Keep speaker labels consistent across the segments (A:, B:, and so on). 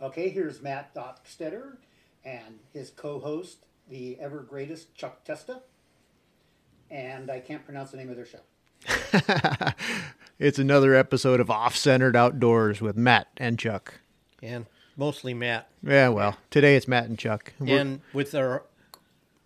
A: Okay, here's Matt Dockstetter and his co host, the ever greatest Chuck Testa. And I can't pronounce the name of their show.
B: it's another episode of Off Centered Outdoors with Matt and Chuck.
C: and mostly Matt.
B: Yeah, well, today it's Matt and Chuck. We're,
C: And with our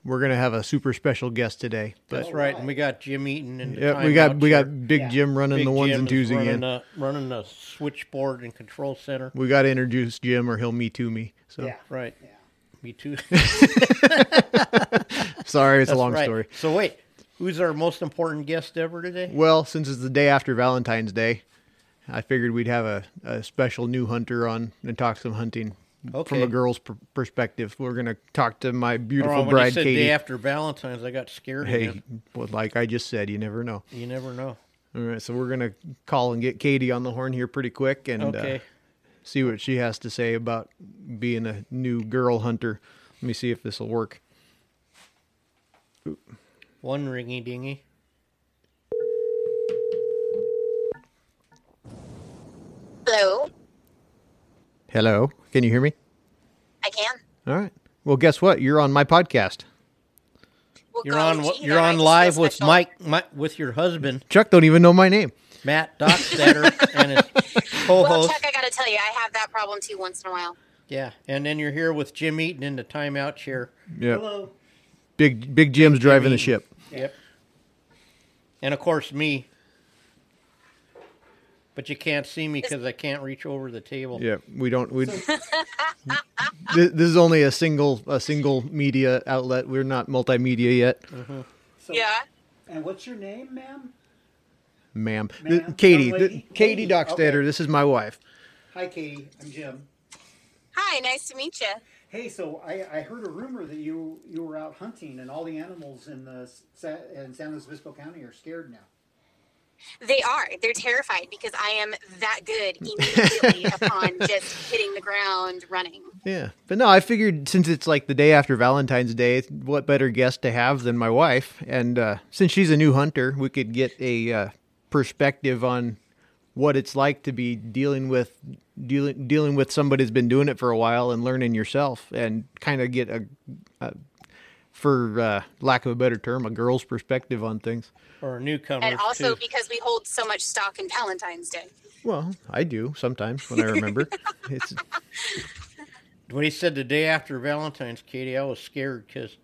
B: we're gonna have a super special guest today. But
C: that's right, and we got Jim Eaton and
B: yeah, we got we got Big
A: Yeah.
B: Jim running the ones and twos
C: running
B: again.
C: The, running the switchboard and control center.
B: We got to introduce Jim or he'll me too me. So
A: Yeah.
C: Oh, Right.
A: Yeah.
C: Me too.
B: sorry, it's a long
C: Right.
B: story.
C: So wait, who's our most important guest ever today?
B: Well, since it's the day after Valentine's Day, I figured we'd have a, a special new hunter on and talk some hunting from
C: Okay.
B: a girl's per- perspective. We're gonna talk to my
C: Or
B: beautiful
C: when you
B: bride,
C: said
B: Katie.
C: day after Valentine's, I got scared.
B: hey,
C: again.
B: well, like I just said, you never know.
C: you never know.
B: All right, so we're gonna call and get Katie on the horn here pretty quick and
C: Okay.
B: uh, see what she has to say about being a new girl hunter. Let me see if this will work.
C: One ringy dingy.
D: Hello,
B: Hello, can you hear me?
D: I can.
B: All right. Well, guess what? You're on my podcast.
D: Well,
C: You're
D: go,
C: on.
D: Gina,
C: You're
D: I
C: on
D: just feel
C: live with
D: special.
C: Mike, Mike with your husband
B: Chuck don't even know my name.
C: Matt Dockstader and his
D: Well,
C: co-host.
D: Chuck, I got to tell you, I have that problem too once in a while.
C: yeah, and then you're here with Jim Eaton in the timeout chair.
B: Yeah. Big Big Jim's driving the ship.
C: Yep. And of course me. But you can't see me because I can't reach over the table.
B: Yeah, we don't. We this, this is only a single a single media outlet. We're not multimedia yet,
A: So, And what's your name, ma'am?
B: ma'am.
A: Ma'am,
B: Th- Katie,
A: young
B: th-
A: lady?
B: Katie
A: Katie,
B: Dockstader.
A: okay.
B: This is my wife.
A: Hi, Katie. I'm Jim.
D: Hi, nice to meet you.
A: Hey, so I, I heard a rumor that you you were out hunting and all the animals in the Sa- in San Luis Obispo County are scared now.
D: They are. They're terrified because I am that good immediately upon just hitting the ground running.
B: Yeah, but no, I figured since it's like the day after Valentine's Day, what better guest to have than my wife? And uh, since she's a new hunter, we could get a uh, perspective on what it's like to be dealing with dealing dealing with somebody who's been doing it for a while and learning yourself, and kind of get a, a for uh, lack of a better term, a girl's perspective on things.
C: Or newcomers
D: And also
C: too.
D: because we hold so much stock in Valentine's Day.
B: Well, I do sometimes when I remember. it's
C: When he said the day after Valentine's, Katie, I was scared because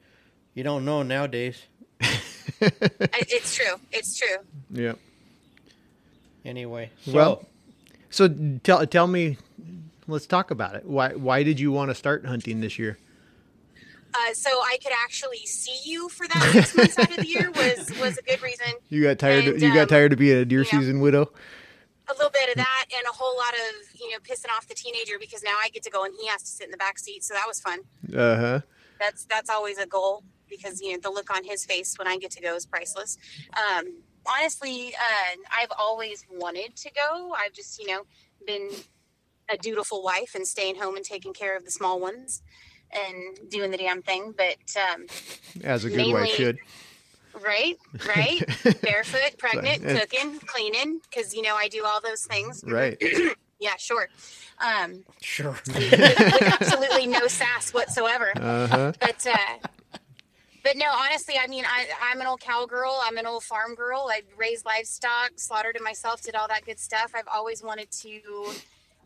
C: you don't know nowadays.
D: I- It's true. It's true.
B: yeah.
C: Anyway, so
B: Well, So tell tell me, let's talk about it. Why why did you want to start hunting this year?
D: Uh, so I could actually see you for that six months out of the year was was a good reason.
B: You got tired.
D: And,
B: you got
D: um,
B: tired of being a deer
D: yeah.
B: season widow.
D: a little bit of that and a whole lot of you know pissing off the teenager because now I get to go and he has to sit in the back seat. So that was fun.
B: Uh huh.
D: That's that's always a goal because you know the look on his face when I get to go is priceless. Um, honestly, uh, I've always wanted to go. I've just you know been a dutiful wife and staying home and taking care of the small ones and doing the damn thing. But um,
B: As a good wife
D: Mainly-
B: should.
D: right, right, barefoot, pregnant,
B: Sorry.
D: cooking, cleaning because you know I do all those things.
B: Right.
D: Yeah, sure. Um,
C: sure.
D: with absolutely no sass whatsoever.
B: Uh huh.
D: But uh, but no, honestly, I mean, I, I'm an old cowgirl. I'm an old farm girl. I raised livestock, slaughtered it myself, did all that good stuff. I've always wanted to,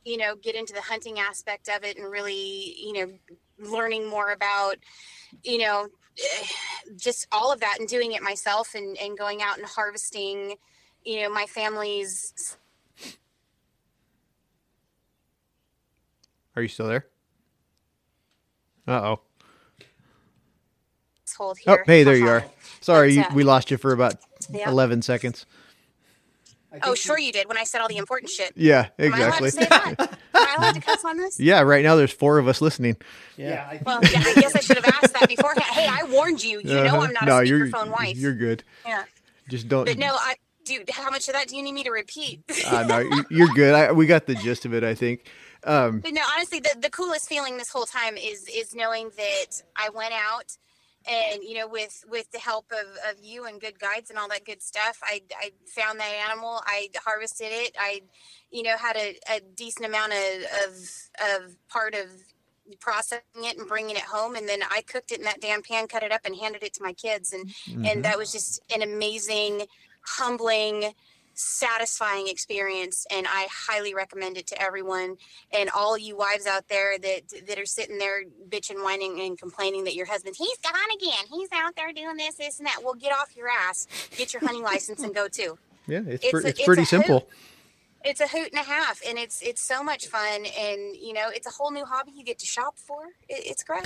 D: you know, get into the hunting aspect of it and really, you know, learning more about, you know, just all of that and doing it myself and, and going out and harvesting, you know, my family's
B: Are you still there? Uh oh.
D: household
B: Oh,
D: here.
B: hey, there you are.
D: Haha.
B: Sorry, you,
D: But, uh,
B: we lost you for about
D: Yeah.
B: eleven seconds.
A: I
D: Oh,
A: think
D: sure you did when I said all the important shit.
B: Yeah,
D: Am I allowed
B: exactly.
D: to say that? Am I allowed to cuss on this?
B: Yeah, right now there's four of us listening.
A: Yeah,
C: Yeah.
A: I think
D: Well, yeah, I guess I should have asked that beforehand. Hey, I warned you. You know
B: Uh-huh.
D: I'm not
B: no,
D: a
B: you're,
D: speakerphone wife.
B: You're good.
D: Yeah.
B: Just don't.
D: But no, I dude, how much of that do you need me to repeat?
B: uh, no, you- you're good. I, we got the gist of it, I think. Um,
D: but no, honestly, the, the coolest feeling this whole time is is knowing that I went out and you know with with the help of, of you and good guides and all that good stuff i i found that animal i harvested it i you know had a, a decent amount of, of of part of processing it and bringing it home and then i cooked it in that damn pan cut it up and handed it to my kids and
B: Mm-hmm.
D: and uh, that was just an amazing humbling satisfying experience and i highly recommend it to everyone and all you wives out there that that are sitting there bitching whining and complaining that your husband he's gone again he's out there doing this this and that well get off your ass get your hunting license and go too
B: Yeah, it's,
D: It's
B: pre-
D: a-
B: it's
D: it's
B: pretty
D: a hoot.
B: simple.
D: it's a hoot and a half and it's it's so much fun and you know it's a whole new hobby you get to shop for it, it's great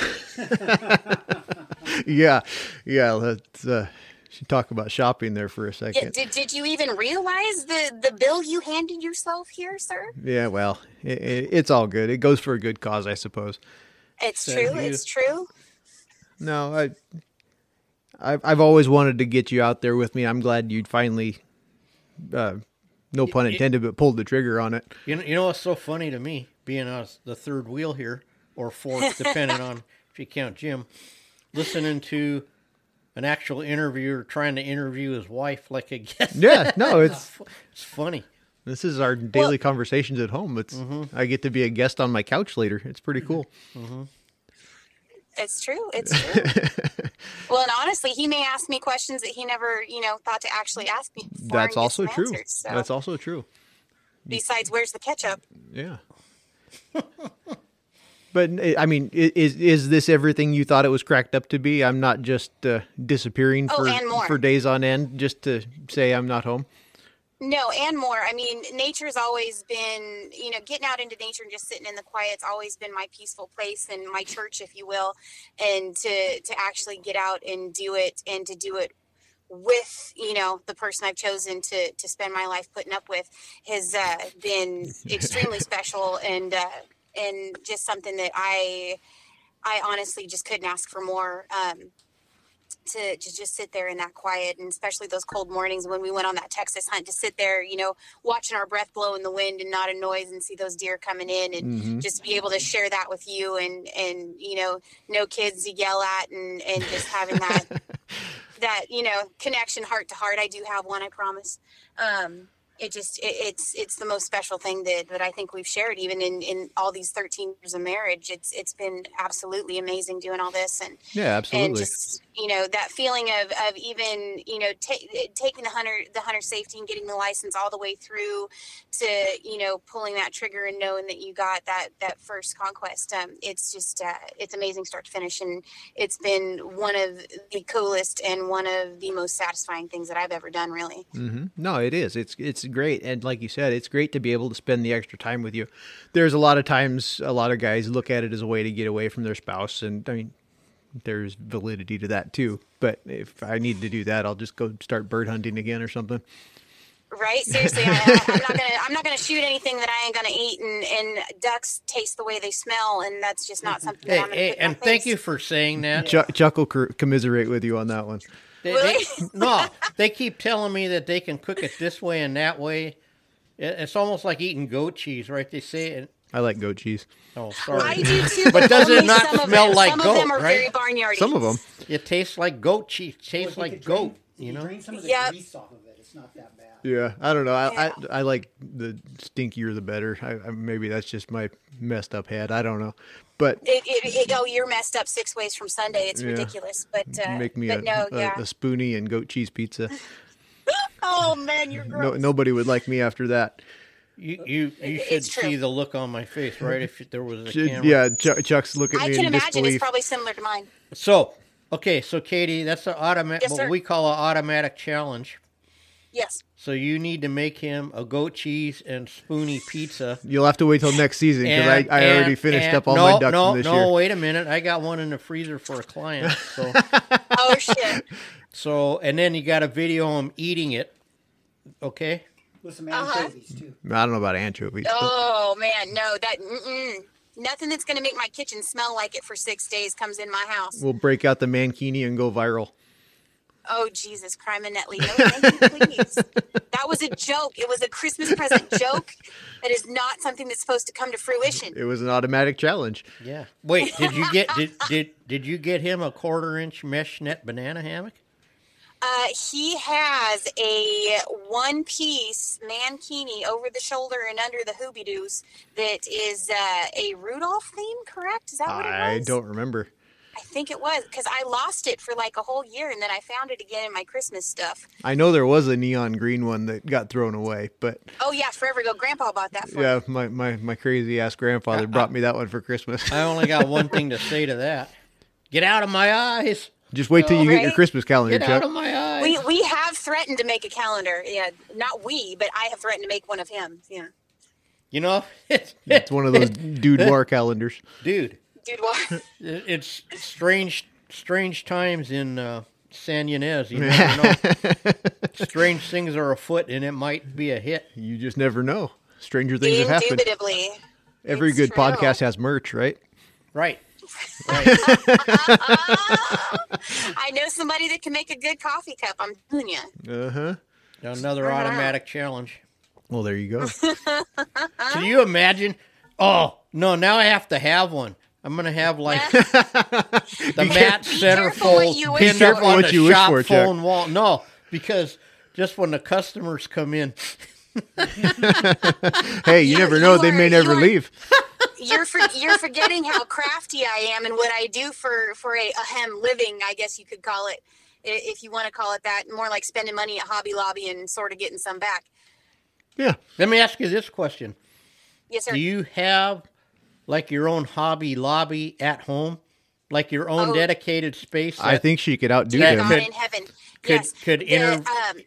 B: Yeah, yeah. Let's uh, should talk about shopping there for a
D: yeah,
B: second.
D: did, did you even realize the the bill you handed yourself here sir
B: Yeah, well, it, it, it's all good. It goes for a good cause, I suppose.
D: it's
C: Said
D: true
C: you.
D: it's true
B: No, I, I've I've always wanted to get you out there with me. I'm glad you finally, uh, no pun intended, but pulled the trigger on it.
C: You know, you know what's so funny to me, being us the third wheel here, or fourth, depending on if you count Jim, listening to an actual interviewer trying to interview his wife like a guest.
B: Yeah, no, it's
C: It's funny.
B: this is our daily conversations at home. It's I get to be a guest on my couch later. It's pretty cool.
D: It's true. It's true. well, and honestly, he may ask me questions that he never, you know, thought to actually ask me. before and
B: That's
D: get
B: also
D: some
B: true.
D: answers. So,
B: That's also true.
D: Besides, where's the ketchup?
B: Yeah. but eh, I I mean, i- is is this everything you thought it was cracked up to be? I'm not just uh, disappearing
D: Oh,
B: for
D: and more.
B: for days on end just to say I'm not home.
D: No, and more. I mean, nature's always been, you know, getting out into nature and just sitting in the quiet's always been my peaceful place and my church, if you will. And to to actually get out and do it and to do it with, you know, the person I've chosen to to spend my life putting up with has uh, been extremely special and uh, and just something that I I honestly just couldn't ask for more. Um, to, to just sit there in that quiet and especially those cold mornings when we went on that Texas hunt to sit there, you know, watching our breath blow in the wind and not a noise and see those deer coming in and just be able to share that with you and, and, you know, no kids to yell at and, and just having that, that, you know, connection heart to heart. I do have one, I promise. Um, it just, it, it's, it's the most special thing that, that I think we've shared even in, in all these 13 years of marriage. It's, it's been absolutely amazing doing all this and,
B: Yeah,
D: and
B: absolutely.
D: just you know that feeling of of even you know ta- eh, taking the hunter the hunter safety and getting the license all the way through to you know pulling that trigger and knowing that you got that that first conquest um it's just uh it's amazing start to finish and it's been one of the coolest and one of the most satisfying things that i've ever done really
C: Mm.
B: Mhm. No, it is. It's it's great, and like you said, it's great to be able to spend the extra time with you. There's a lot of times a lot of guys look at it as a way to get away from their spouse, and I mean, there's validity to that too. But if I need to do that, I'll just go start bird hunting again or something.
D: right seriously I, I, i'm not gonna i'm not gonna shoot anything that i ain't gonna eat and and ducks taste the way they smell and that's just not something that
C: Mm-hmm. Hey,
D: i'm gonna
C: hey
D: put in my
C: and thank
D: face.
C: you for saying that.
B: Chuck, Chuck will cor- commiserate with you on that one.
C: They- they-
D: Really?
C: no, they keep telling me that they can cook it this way and that way. It- It's almost like eating goat cheese, right? They say it.
B: I like goat cheese.
C: Oh, sorry.
D: I do too, but,
C: does it
D: only
C: not
D: some of
C: smell
D: them.
C: like
D: some
C: goat,
D: of them are very
C: right?
D: barnyardy.
B: Some of them.
C: It tastes like goat cheese. Tastes
A: Well, if
C: like
A: you could
C: goat.
A: drain- if
C: You know.
A: drain some of the
D: Yep.
A: grease off of it. It's not that bad.
B: Yeah, I don't know. I,
D: Yeah.
B: I, I like the stinkier the better. I, I, maybe that's just my messed up head. I don't know, but
D: It, it, it, oh, you're messed up six ways from Sunday. It's
B: Yeah.
D: ridiculous, but uh,
B: make me
D: but
B: a,
D: no,
B: a,
D: yeah.
B: a spoonie and goat cheese pizza.
D: oh man, you're
B: No,
D: gross.
B: nobody would like me after that.
C: You you, you
D: It's
C: should
D: true.
C: see the look on my face, right? If there was a
B: Ju-
C: camera.
B: Yeah, Chuck, Chuck's look at
D: I
B: me
D: can
B: in
D: imagine
B: disbelief.
D: it's probably similar to mine.
C: So okay, so Katie, that's an automatic.
D: Yes,
C: what
D: sir.
C: we call an automatic challenge.
D: Yes.
C: So you need to make him a goat cheese and spoonie pizza.
B: You'll have to wait till next season because I,
C: And-
B: I already
C: and-
B: finished
C: and-
B: up all
C: no,
B: my ducks
C: no,
B: from this
C: no,
B: year.
C: wait a minute. I got one in the freezer for a client. So,
D: Oh shit.
C: so and then you got to video him eating it. Okay.
A: With some
D: Uh-huh.
A: anchovies too.
B: I don't know about anchovies. but-
D: Oh man, no, that mm-mm. nothing that's gonna make my kitchen smell like it for six days comes in my house.
B: We'll break out the mankini and go viral.
D: Oh Jesus, crime and Netley. No, thank you, please. that was a joke. It was a Christmas present joke. That is not something that's supposed to come to fruition.
B: It was an automatic challenge.
C: Yeah. Wait, did you get did did did you get him a quarter inch mesh net banana hammock?
D: Uh, he has a one piece mankini over the shoulder and under the hoobie doos that is uh, a Rudolph theme, correct? Is that what it
B: I
D: was?
B: don't remember.
D: I think it was because I lost it for like a whole year and then I found it again in my Christmas stuff.
B: I know there was a neon green one that got thrown away, but
D: Oh, yeah, forever ago. Grandpa bought that for me.
B: yeah, my, my, my crazy ass grandfather brought me that one for Christmas.
C: I only got one thing to say to that. Get out of my eyes.
B: Just wait till you get your
D: Right?
B: Christmas calendar,
C: Get out of
B: Chuck.
C: my eyes.
D: We, we have threatened to make a calendar. Yeah, not we, but I have threatened to make one of him. Yeah.
C: you know, it's,
B: It's one of those dude war calendars.
C: dude.
D: Dude, what?
C: it- It's strange, strange times in uh, San Ynez. You never know. strange things are afoot, and it might be a hit.
B: You just never know. Stranger things have happened.
D: Indubitably.
B: Every
D: It's
B: good
D: true.
B: podcast has merch, right?
C: Right.
D: I know somebody that can make a good coffee cup. I'm telling you.
B: Uh
D: Uh-huh.
B: huh.
C: Another automatic challenge.
B: Well, there you go.
D: Uh-huh.
C: Can you imagine? Oh no! Now I have to have one. I'm gonna have like the mat
D: careful what
C: centerfold
D: you wish
C: pinned
D: for.
C: up on
B: What
C: the
B: you wish
C: shop
B: for, Chuck.
C: phone wall. No, because just when the customers come in,
B: hey, you
D: You-
B: never
D: you
B: know. They
D: are-
B: may
D: you
B: never
D: are-
B: leave.
D: You're for, you're forgetting how crafty I am and what I do for for a ahem living. I guess you could call it, i- if you want to call it that. More like spending money at Hobby Lobby and sort of getting some back.
B: Yeah.
C: let me ask you this question:
D: Yes, sir.
C: Do you have like your own Hobby Lobby at home, like your own
D: Oh.
C: dedicated space?
B: I
C: that-
B: think she could outdo
C: That
B: them.
D: God
C: could-
D: in heaven.
C: could-
D: yes.
C: could
D: The,
C: inter-
D: um,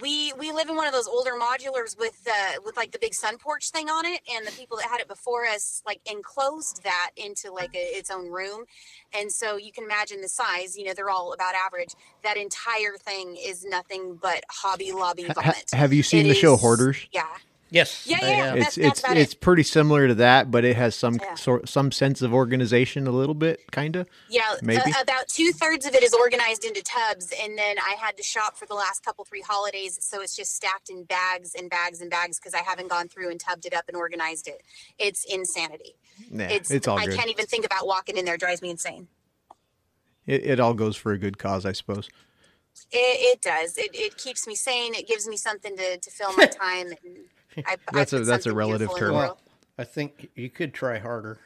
D: we we live in one of those older modulars with uh, with like the big sun porch thing on it, and the people that had it before us like enclosed that into like a, its own room, and so you can imagine the size. You know, they're all about average. That entire thing is nothing but Hobby Lobby vomit.
B: have you seen
D: It
B: the show
D: is-
B: Hoarders?
D: Yeah.
C: yes.
D: Yeah,
C: I
D: yeah.
C: have.
B: It's
D: That's- that's
B: it's
D: about it.
B: it's pretty similar to that, but it has some
D: Yeah.
B: sort some sense of organization, a little bit, kind of.
D: Yeah,
B: Maybe.
D: a- about two thirds of it is organized into tubs, and then I had to shop for the last couple three holidays, so it's just stacked in bags and bags and bags because I haven't gone through and tubbed it up and organized it. It's insanity.
B: Nah, it's,
D: It's,
B: all
D: I
B: good.
D: can't e even think about walking in there; it drives me insane.
B: It, it all goes for a good cause, I suppose.
D: It, it does. It, it keeps me sane. It gives me something to, to fill my time. And I,
B: That's
D: I
B: a-
D: put
B: that's a
D: something
B: relative
D: beautiful in the
B: term.
D: world.
C: I think you could try harder.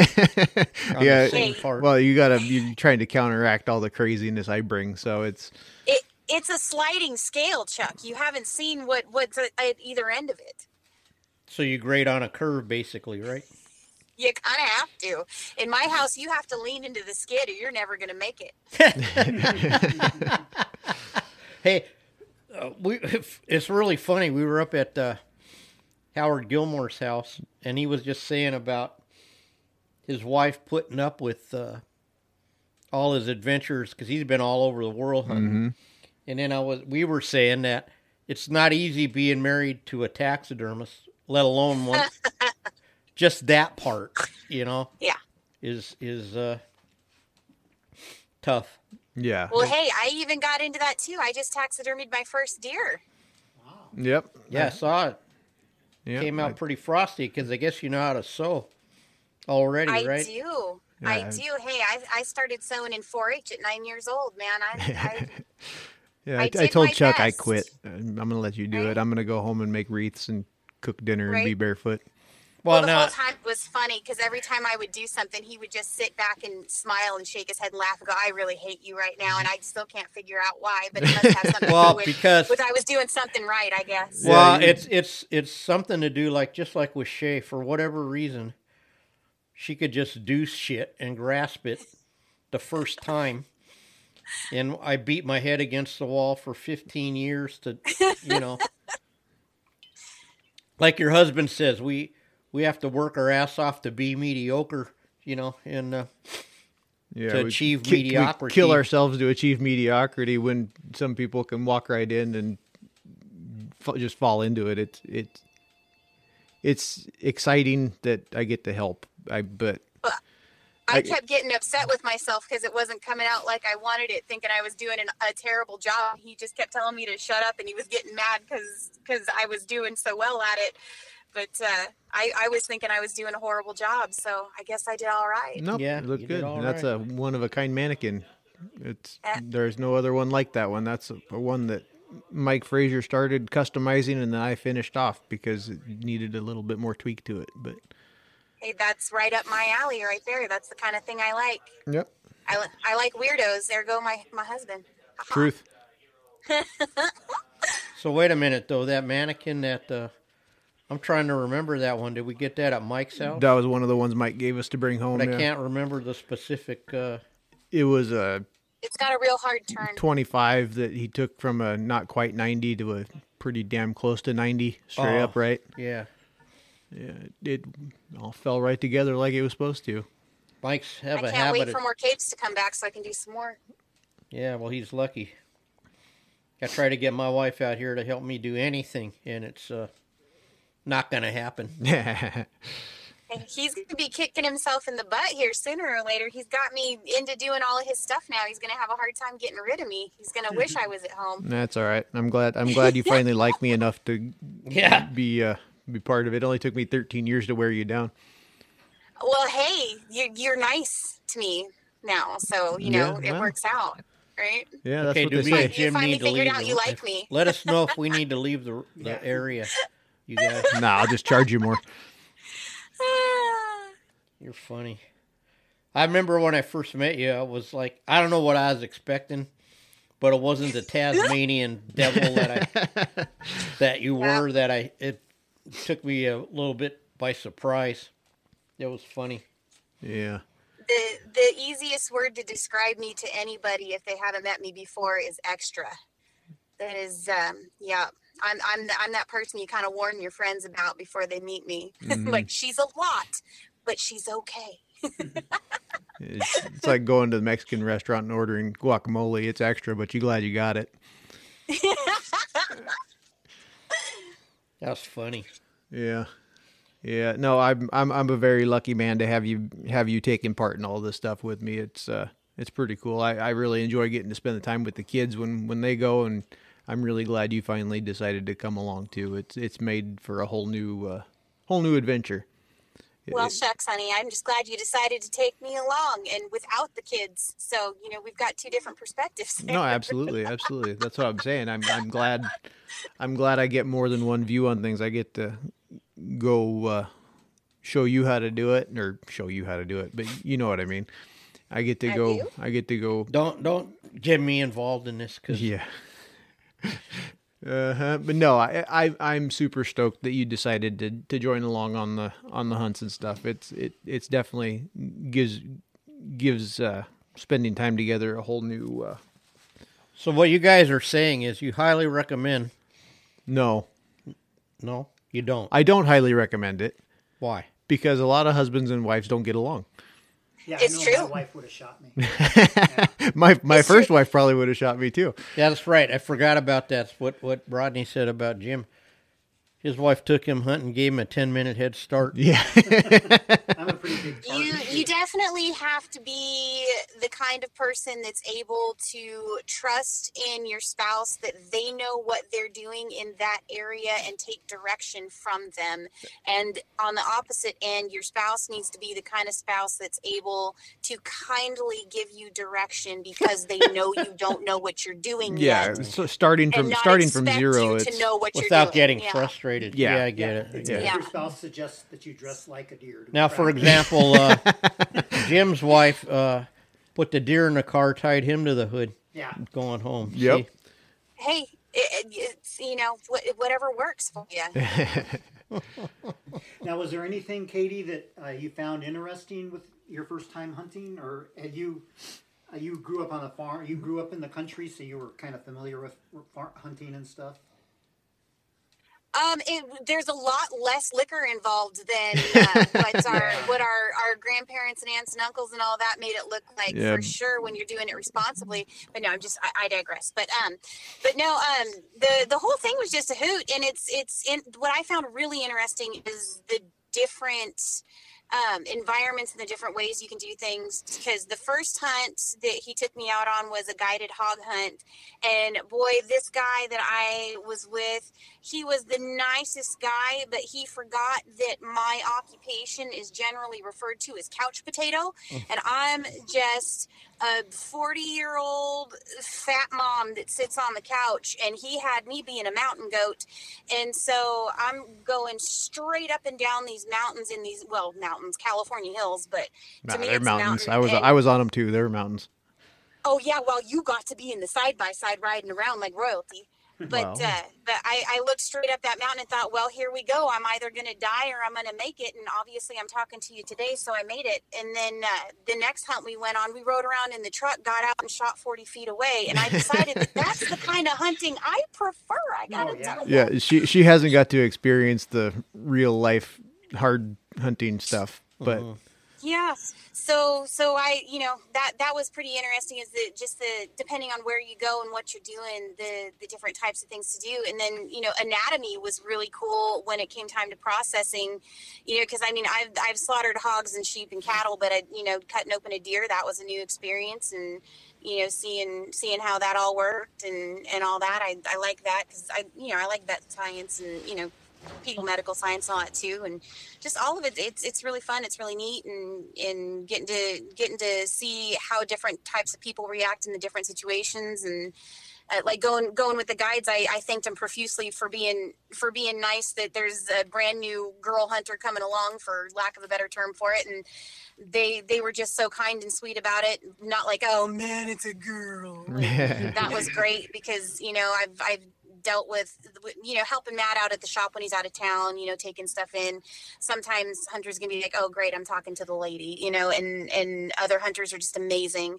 C: on the
B: yeah.
C: same part.
B: Well, you gotta you're trying to counteract all the craziness I bring, so it's
D: It, it's a sliding scale, Chuck. You haven't seen what what's at at either end of it.
C: so you grade on a curve, basically, right?
D: You kind of have to. In my house, you have to lean into the skid or you're never going to make it.
C: Hey, uh, we it's really funny. We were up at uh, Howard Gilmore's house, and he was just saying about his wife putting up with uh, all his adventures because he's been all over the world hunting. And then I was we were saying that it's not easy being married to a taxidermist, let alone one. just that part, you know,
D: Yeah.
C: is is uh, tough.
B: yeah.
D: Well, hey, I even got into that too. I just taxidermied my first deer.
B: Yep.
C: Yeah, I saw it.
B: Yep.
C: came out pretty frosty because I guess you know how to sew already,
D: I
C: right?
D: do.
B: Yeah.
D: I do. Hey, I, I started sewing in 4 H at nine years old, man. I,
B: Yeah,
D: I
B: I, I
D: did
B: told
D: my
B: Chuck I
D: best.
B: quit. Uh, I'm going to let you do it.
D: Right?
B: I'm going to go home and make wreaths and cook dinner and be
D: Right?
B: barefoot.
D: I
C: Well,
D: the
C: now
D: whole time it was funny because every time I would do something, he would just sit back and smile and shake his head and laugh and go, I really hate you right now. And I still can't figure out why, but it must have something
C: Well,
D: to do with,
C: because-
D: with I was doing something right, I guess.
C: well,
B: you-
C: it's it's it's something to do like just like with Shay for whatever reason, she could just do shit and grasp it the first time. And I beat my head against the wall for 15 years to, you know, like your husband says, we we have to work our ass off to be mediocre, you know, and uh,
B: Yeah,
C: To
B: we
C: achieve
B: ki- we kill
C: mediocrity.
B: ourselves to achieve mediocrity when some people can walk right in and f- just fall into it. It's it's it's exciting that I get to help. I but
D: I,
E: I-
D: kept getting upset with myself because it wasn't coming out like I wanted it, thinking I was doing an, a terrible job. He just kept telling me to shut up, and he was getting mad because I was doing so well at it. But uh, I, I was thinking I was doing a horrible job, so I guess I did all right.
B: Nope,
C: Yeah,
B: it looked
C: you did
B: good.
C: all
B: That's
C: right.
B: a one of a kind mannequin. It's
D: Yeah.
B: there's no other one like that one. That's a, a one that Mike Frazier started customizing and then I finished off because it needed a little bit more tweak to it. But
D: Hey, that's right up my alley, right there. That's the kind of thing I like.
B: yep,
D: I, li- I like weirdos. There go my my husband.
B: truth.
C: So wait a minute though, that mannequin that uh, I'm trying to remember that one. Did we get that at Mike's house?
B: That was one of the ones Mike gave us to bring home.
C: But I
B: yeah.
C: can't remember the specific. Uh,
B: It was a
D: It's got a real hard turn.
B: 25 that he took from a not quite 90 to a pretty damn close to 90 straight
C: Oh.
B: up right.
C: yeah,
B: Yeah, it all fell right together like it was supposed to.
C: Mike's
D: I
C: have a
D: can't
C: habit.
D: wait
C: of-
D: for more capes to come back so I can do some more.
C: Yeah, well, he's lucky. I try to get my wife out here to help me do anything, and it's uh, not going to happen.
D: And he's going to be kicking himself in the butt here sooner or later. He's got me into doing all of his stuff now. He's going to have a hard time getting rid of me. He's going to wish I was at home.
B: That's all right. I'm glad. I'm glad you finally like me enough to
C: Yeah.
B: be uh, be part of it. It only took me 13 years to wear you down.
D: Well, hey, you, you're nice to me now. So, you know,
B: Yeah,
D: it
B: well.
D: works out, right?
B: Yeah, that's
C: okay,
B: what
C: do
B: they
C: me
B: say.
C: and Jim
D: finally
C: need to
D: figured
C: leave?
D: out
C: the-
D: you like me.
C: Let us know if we need to leave the, the area. You guys,
B: nah, I'll just charge you more.
D: Ah.
C: you're funny. I remember when I first met you, I was like, I don't know what I was expecting, but it wasn't the Tasmanian devil that I that you
D: Yeah.
C: were. That I it took me a little bit by surprise. That was funny.
B: Yeah.
D: the the easiest word to describe me to anybody if they haven't met me before is extra. That is, um, yeah, I'm I'm I'm that person you kind of warn your friends about before they meet me.
B: Mm-hmm.
D: like she's a lot, but she's okay.
B: It's, it's like going to the Mexican restaurant and ordering guacamole. It's extra, but you're glad you got it.
C: That was funny.
B: Yeah. Yeah. No, I'm I'm I'm a very lucky man to have you have you taking part in all this stuff with me. It's uh it's pretty cool. I, I really enjoy getting to spend the time with the kids when, when they go and I'm really glad you finally decided to come along too. It's it's made for a whole new uh, whole new adventure.
D: Well, shucks, honey, I'm just glad you decided to take me along and without the kids. So you know we've got two different perspectives.
B: No, absolutely, absolutely. That's what I'm saying. I'm I'm glad I'm glad I get more than one view on things. I get to go uh, show you how to do it, or show you how to do it, but you know what I mean. I get to
D: I
B: go.
D: do.
B: I get to go.
C: Don't don't get me involved in this because
B: Yeah. Uh-huh. But no, I, I I'm super stoked that you decided to, to join along on the on the hunts and stuff. It's it it's definitely gives gives uh, spending time together a whole new uh,
C: So what you guys are saying is you highly recommend.
B: no.
C: No, you don't.
B: I don't highly recommend it.
C: Why?
B: because a lot of husbands and wives don't get along.
A: Yeah,
D: It's
A: I know my
D: true.
A: wife would have shot me.
B: My my
D: It's
B: first
D: true.
B: wife probably would have shot me too.
C: Yeah, that's right. I forgot about that. What what Rodney said about Jim. His wife took him hunting, gave him a ten minute head start.
B: Yeah,
A: I'm a pretty big target.
D: you you definitely have to be the kind of person that's able to trust in your spouse that they know what they're doing in that area and take direction from them and on the opposite end your spouse needs to be the kind of spouse that's able to kindly give you direction because they know you don't know what you're doing
B: yeah.
D: yet
B: So starting
D: and
B: from
D: not
B: starting from
D: expect
B: zero,
D: you
B: it's
D: to know what
C: Without
D: you're
C: getting
D: doing. Yeah.
C: frustrated.
B: Yeah.
C: Yeah, I get it. I
A: If
C: get it.
D: Yeah.
A: Your spouse suggests that you dress like a deer. to
C: Now, for
A: attract-
C: example, uh, Jim's wife uh, put the deer in the car, tied him to the hood,
A: Yeah.
C: going home.
B: Yep.
C: See?
D: hey it, it- it's you know wha- whatever works for you
A: Now, was there anything, Katie, that uh, you found interesting with your first time hunting, or had you uh, you grew up on a farm? You grew up in the country, so you were kind of familiar with far- hunting and stuff.
D: Um, it, there's a lot less liquor involved than uh, what our what our, our grandparents and aunts and uncles and all that made it look like
B: Yeah.
D: for sure when you're doing it responsibly. But no, I'm just I, I digress. But um, but no, um, the the whole thing was just a hoot, and it's it's in, what I found really interesting is the different um, environments and the different ways you can do things. Because the first hunt that he took me out on was a guided hog hunt. And boy, this guy that I was with, he was the nicest guy, but he forgot that my occupation is generally referred to as couch potato.
B: Mm.
D: And I'm just a 40 year old fat mom that sits on the couch. And he had me being a mountain goat. And so I'm going straight up and down these mountains in these, well, mountains, California hills, but
B: Nah,
D: to me,
B: they're
D: it's a
B: mountains.
D: mountain.
B: I was
D: And-
B: I was on them too. They're mountains.
D: Oh yeah, well you got to be in the side by side riding around like royalty. But uh, but I, I looked straight up that mountain and thought, well, here we go. I'm either gonna die or I'm gonna make it. And obviously, I'm talking to you today, so I made it. And then uh, the next hunt we went on, we rode around in the truck, got out and shot 40 feet away. And I decided that that's the kind of hunting I prefer. I gotta
A: yeah.
D: tell you.
B: Yeah, she she hasn't got to experience the real life hard hunting stuff, but
D: yeah so so i you know that that was pretty interesting is that just the depending on where you go and what you're doing the the different types of things to do and then you know anatomy was really cool when it came time to processing you know because i mean i've i've slaughtered hogs and sheep and cattle but i you know cutting open a deer that was a new experience and you know seeing seeing how that all worked and and all that i, I like that because i you know i like vet science and you know people medical science and all that too and just all of it it's it's really fun it's really neat and and getting to getting to see how different types of people react in the different situations and uh, like going going with the guides I, I thanked them profusely for being for being nice that there's a brand new girl hunter coming along for lack of a better term for it and they they were just so kind and sweet about it not like oh man it's a girl Like, that was great because you know I've I've dealt with you know helping Matt out at the shop when he's out of town, you know taking stuff in. Sometimes hunters can be like, oh great, I'm talking to the lady, you know, and and other hunters are just amazing,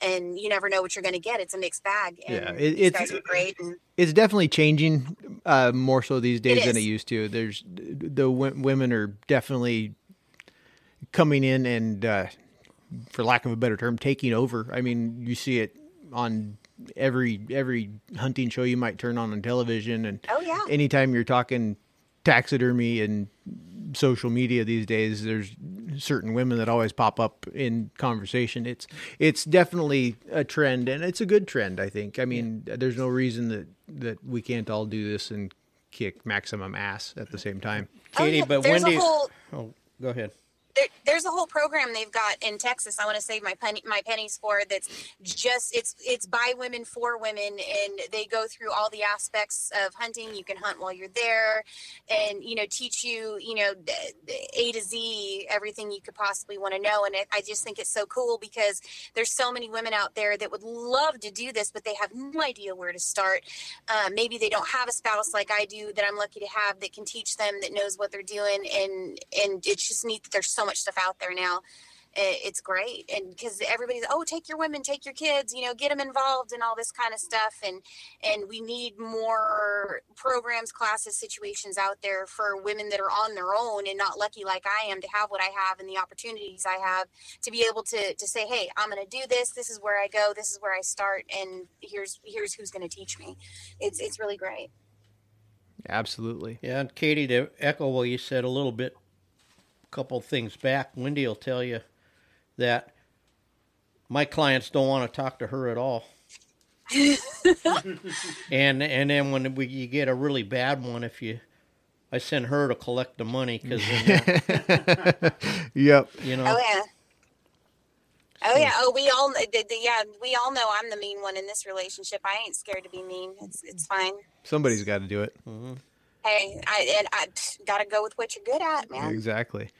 D: and you never know what you're going to get. It's a mixed bag. And
B: Yeah, it-
D: these
B: it's-
D: guys were great. And,
B: it's definitely changing uh, more so these days than it
D: is.
B: used to. There's the w- women are definitely coming in and, uh, for lack of a better term, taking over. I mean, you see it on every every hunting show you might turn on on television, and
D: Oh, yeah.
B: anytime you're talking taxidermy and social media these days, there's certain women that always pop up in conversation. It's it's definitely a trend, and it's a good trend, I think. I mean, there's no reason that that we can't all do this and kick maximum ass at the same time.
C: Katie,
D: Oh, yeah,
C: but
D: there's a
C: Wendy.
D: whole-
C: Oh, go ahead.
D: there, there's a whole program they've got in Texas. I want to save my penny, my pennies for that's just it's it's by women for women, and they go through all the aspects of hunting. You can hunt while you're there, and you know teach you you know d- d- A to Z everything you could possibly want to know. And it, I just think it's so cool because there's so many women out there that would love to do this, but they have no idea where to start. Uh, maybe they don't have a spouse like I do that I'm lucky to have that can teach them that knows what they're doing, and and it's just neat that there's so much stuff out there now. I- It's great, and because everybody's oh, take your women, take your kids, you know, get them involved and all this kind of stuff, and and we need more programs, classes, situations out there for women that are on their own and not lucky like I am to have what I have and the opportunities I have to be able to to say, hey, I'm going to do this. This is where I go. This is where I start, and here's here's who's going to teach me. It's it's really great.
B: Absolutely.
C: Yeah, and Katie, to echo what you said a little bit, a couple of things back, Wendy will tell you that my clients don't want to talk to her at all. and and then when we, you get a really bad one, if you, I send her to collect the money because
B: Yep.
C: you know
D: Oh yeah. Oh yeah. Oh, we all. The, the, yeah, we all know I'm the mean one in this relationship. I ain't scared to be mean. It's it's fine.
B: Somebody's got to do it.
D: Hey, I and I pff, gotta go with what you're good at, man.
B: Exactly.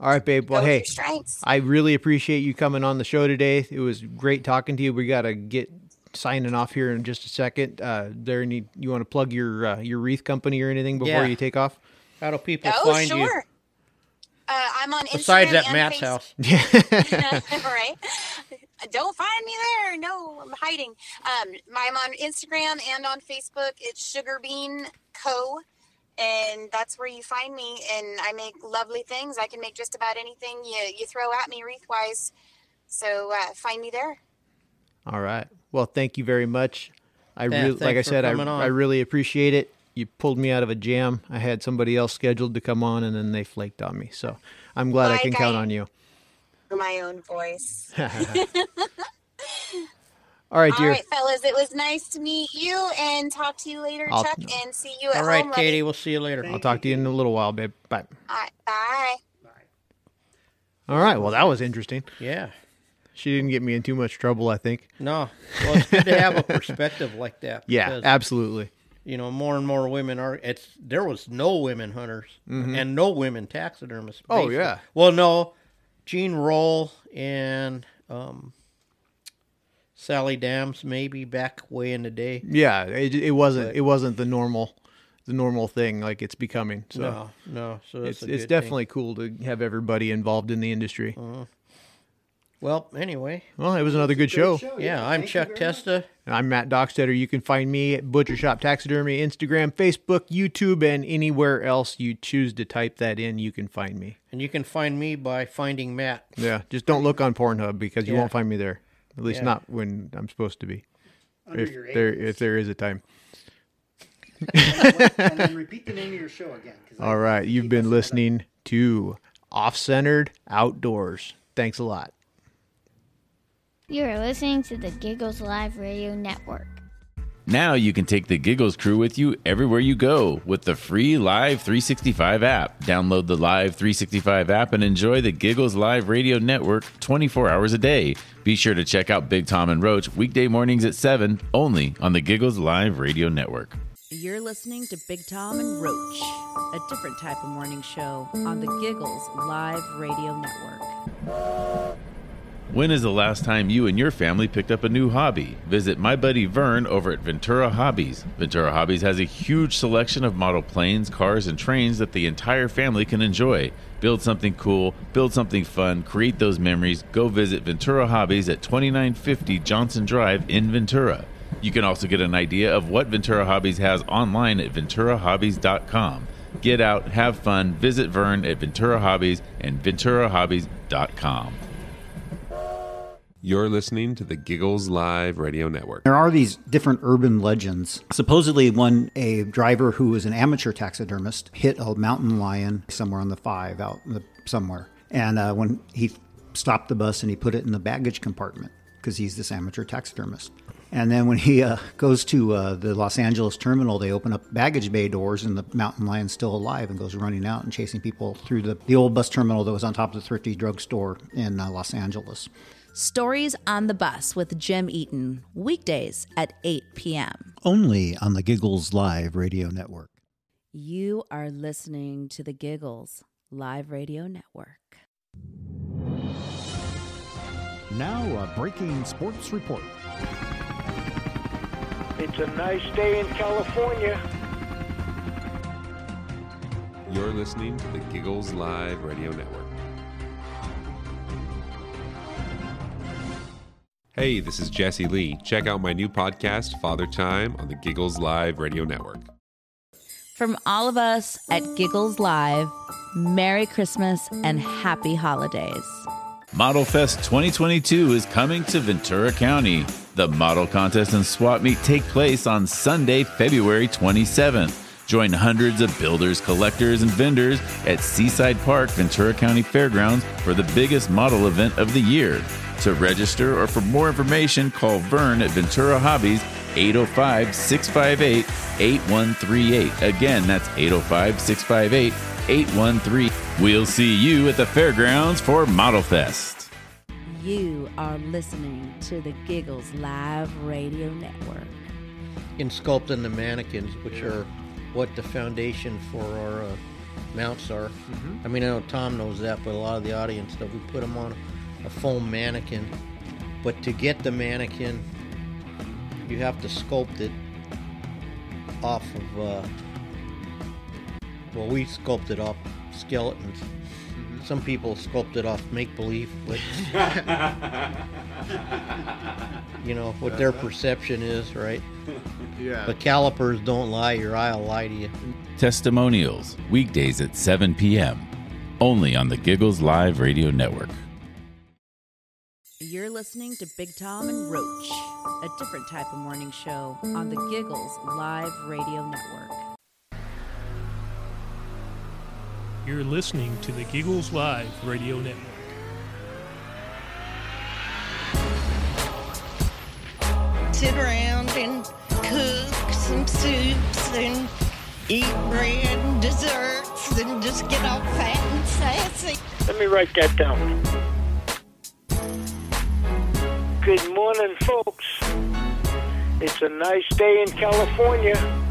B: All right, babe.
D: Go
B: Well,
D: with
B: hey,
D: your strengths.
B: I really appreciate you coming on the show today. It was great talking to you. We got to get signing off here in just a second. Uh, there, any you want to plug your uh, your wreath company or anything before
C: Yeah.
B: you take off?
C: how do people
D: Oh
C: find
D: sure.
C: you
D: Uh, I'm on
C: besides
D: Instagram
C: at
D: and
C: Matt's
D: Facebook.
C: house?
D: right? Don't find me there. No, I'm hiding. Um, I'm on Instagram and on Facebook. It's Sugar Bean Co. And that's where you find me. And I make lovely things. I can make just about anything you, you throw at me wreath wise. So uh, find me there.
B: All right. Well, thank you very much. I
C: Yeah,
B: really, like I
C: thanks for
B: said, I,
C: coming on.
B: I really appreciate it. you pulled me out of a jam. I had somebody else scheduled to come on, and then they flaked on me. So I'm glad I
D: Like
B: can count
D: I-
B: on you.
D: my own voice.
B: All right,
D: All
B: dear.
D: right, fellas, it was nice to meet you and talk to you later,
B: I'll-
D: Chuck, and see you at
C: All right,
D: home. love you.
C: Katie, we'll see you later.
B: I'll talk to you in a little while, babe. Bye.
D: All right, bye.
B: All right. Well, that was interesting.
C: Yeah.
B: She didn't get me in too much trouble, I think.
C: No. Well, it's good to have a perspective like that.
B: Yeah,
C: because,
B: absolutely.
C: you know, more and more women are. It's there was no women hunters and no women taxidermists.
B: Oh,
C: basically.
B: yeah.
C: Well, no, Gene Roll and um, Sally Dams maybe back way in the day.
B: Yeah, it, it wasn't it wasn't the normal the normal thing like it's becoming. So
C: No, no. So
B: it's it's
C: that's a good thing. Uh-huh.
B: definitely cool to have everybody involved in the industry.
C: Well, anyway,
B: Well, it was another good show.
C: yeah. I'm
A: thank you
C: Chuck
A: very much.
C: Testa.
B: And I'm Matt Dockstetter. You can find me at Butcher Shop Taxidermy, Instagram, Facebook, YouTube, and anywhere else you choose to type that in, you can find me.
C: And you can find me by finding Matt.
B: Yeah, just don't look on Pornhub because you
C: Yeah.
B: won't find me there. At least
C: Yeah.
B: not when I'm supposed to be.
A: Under
B: if
A: your
B: there
A: apron.
B: if there is a time.
A: and then repeat the name of your show again. 'cause I-
B: All right, you've been listening to Off Centered Outdoors. Thanks a lot.
E: You are listening to the Giggles Live Radio Network.
F: Now you can take the Giggles crew with you everywhere you go with the free Live 365 app. Download the Live 365 app and enjoy the Giggles Live Radio Network 24 hours a day. Be sure to check out Big Tom and Roach weekday mornings at 7 only on the Giggles Live Radio Network.
G: You're listening to Big Tom and Roach, a different type of morning show on the Giggles Live Radio Network.
F: When is the last time you and your family picked up a new hobby? Visit my buddy Vern over at Ventura Hobbies. Ventura Hobbies has a huge selection of model planes, cars, and trains that the entire family can enjoy. Build something cool, build something fun, create those memories. Go visit Ventura Hobbies at 2950 Johnson Drive in Ventura. You can also get an idea of what Ventura Hobbies has online at venturahobbies.com. Get out, have fun, visit Vern at Ventura Hobbies and venturahobbies.com.
H: You're listening to the Giggles Live Radio Network.
A: There are these different urban legends. Supposedly, when a driver who was an amateur taxidermist hit a mountain lion somewhere on the five, out in the, somewhere, and uh, when he stopped the bus and he put it in the baggage compartment because he's this amateur taxidermist. And then when he uh, goes to uh, the Los Angeles terminal, they open up baggage bay doors, and the mountain lion's still alive and goes running out and chasing people through the, the old bus terminal that was on top of the thrifty drugstore in uh, Los Angeles.
G: Stories on the Bus with Jim Eaton, weekdays at 8 p.m.
A: Only on the Giggles Live Radio Network.
G: You are listening to the Giggles Live Radio Network.
I: Now, a breaking sports report.
J: It's a nice day in California.
H: You're listening to the Giggles Live Radio Network. Hey, this is Jesse Lee. Check out my new podcast, Father Time, on the Giggles Live Radio Network.
G: From all of us at Giggles Live, Merry Christmas and Happy Holidays.
F: Model Fest 2022 is coming to Ventura County. The model contest and swap meet take place on Sunday, February 27th. Join hundreds of builders, collectors, and vendors at Seaside Park, Ventura County Fairgrounds for the biggest model event of the year. To register or for more information, call Vern at Ventura Hobbies 805 658 8138. Again, that's 805 658 8138. We'll see you at the fairgrounds for Model Fest.
G: You are listening to the Giggles Live Radio Network.
C: in sculpting the mannequins, which are what the foundation for our uh, mounts are. I mean, I know Tom knows that, but a lot of the audience does. We put them on a foam mannequin, but to get the mannequin, you have to sculpt it off of. Uh, well, we sculpted off skeletons. Some people sculpted off make believe, but you know what their perception is, right? The calipers don't lie, your eye will lie to you.
F: Testimonials, weekdays at 7 p.m., only on the Giggles Live Radio Network.
G: You're listening to Big Tom and Roach, a different type of morning show on the Giggles Live Radio Network.
B: You're listening to the Giggles Live Radio Network.
K: sit around and cook some soups and eat bread and desserts and just get all fat and sassy.
L: Let me write that down. Good morning, folks. It's a nice day in California.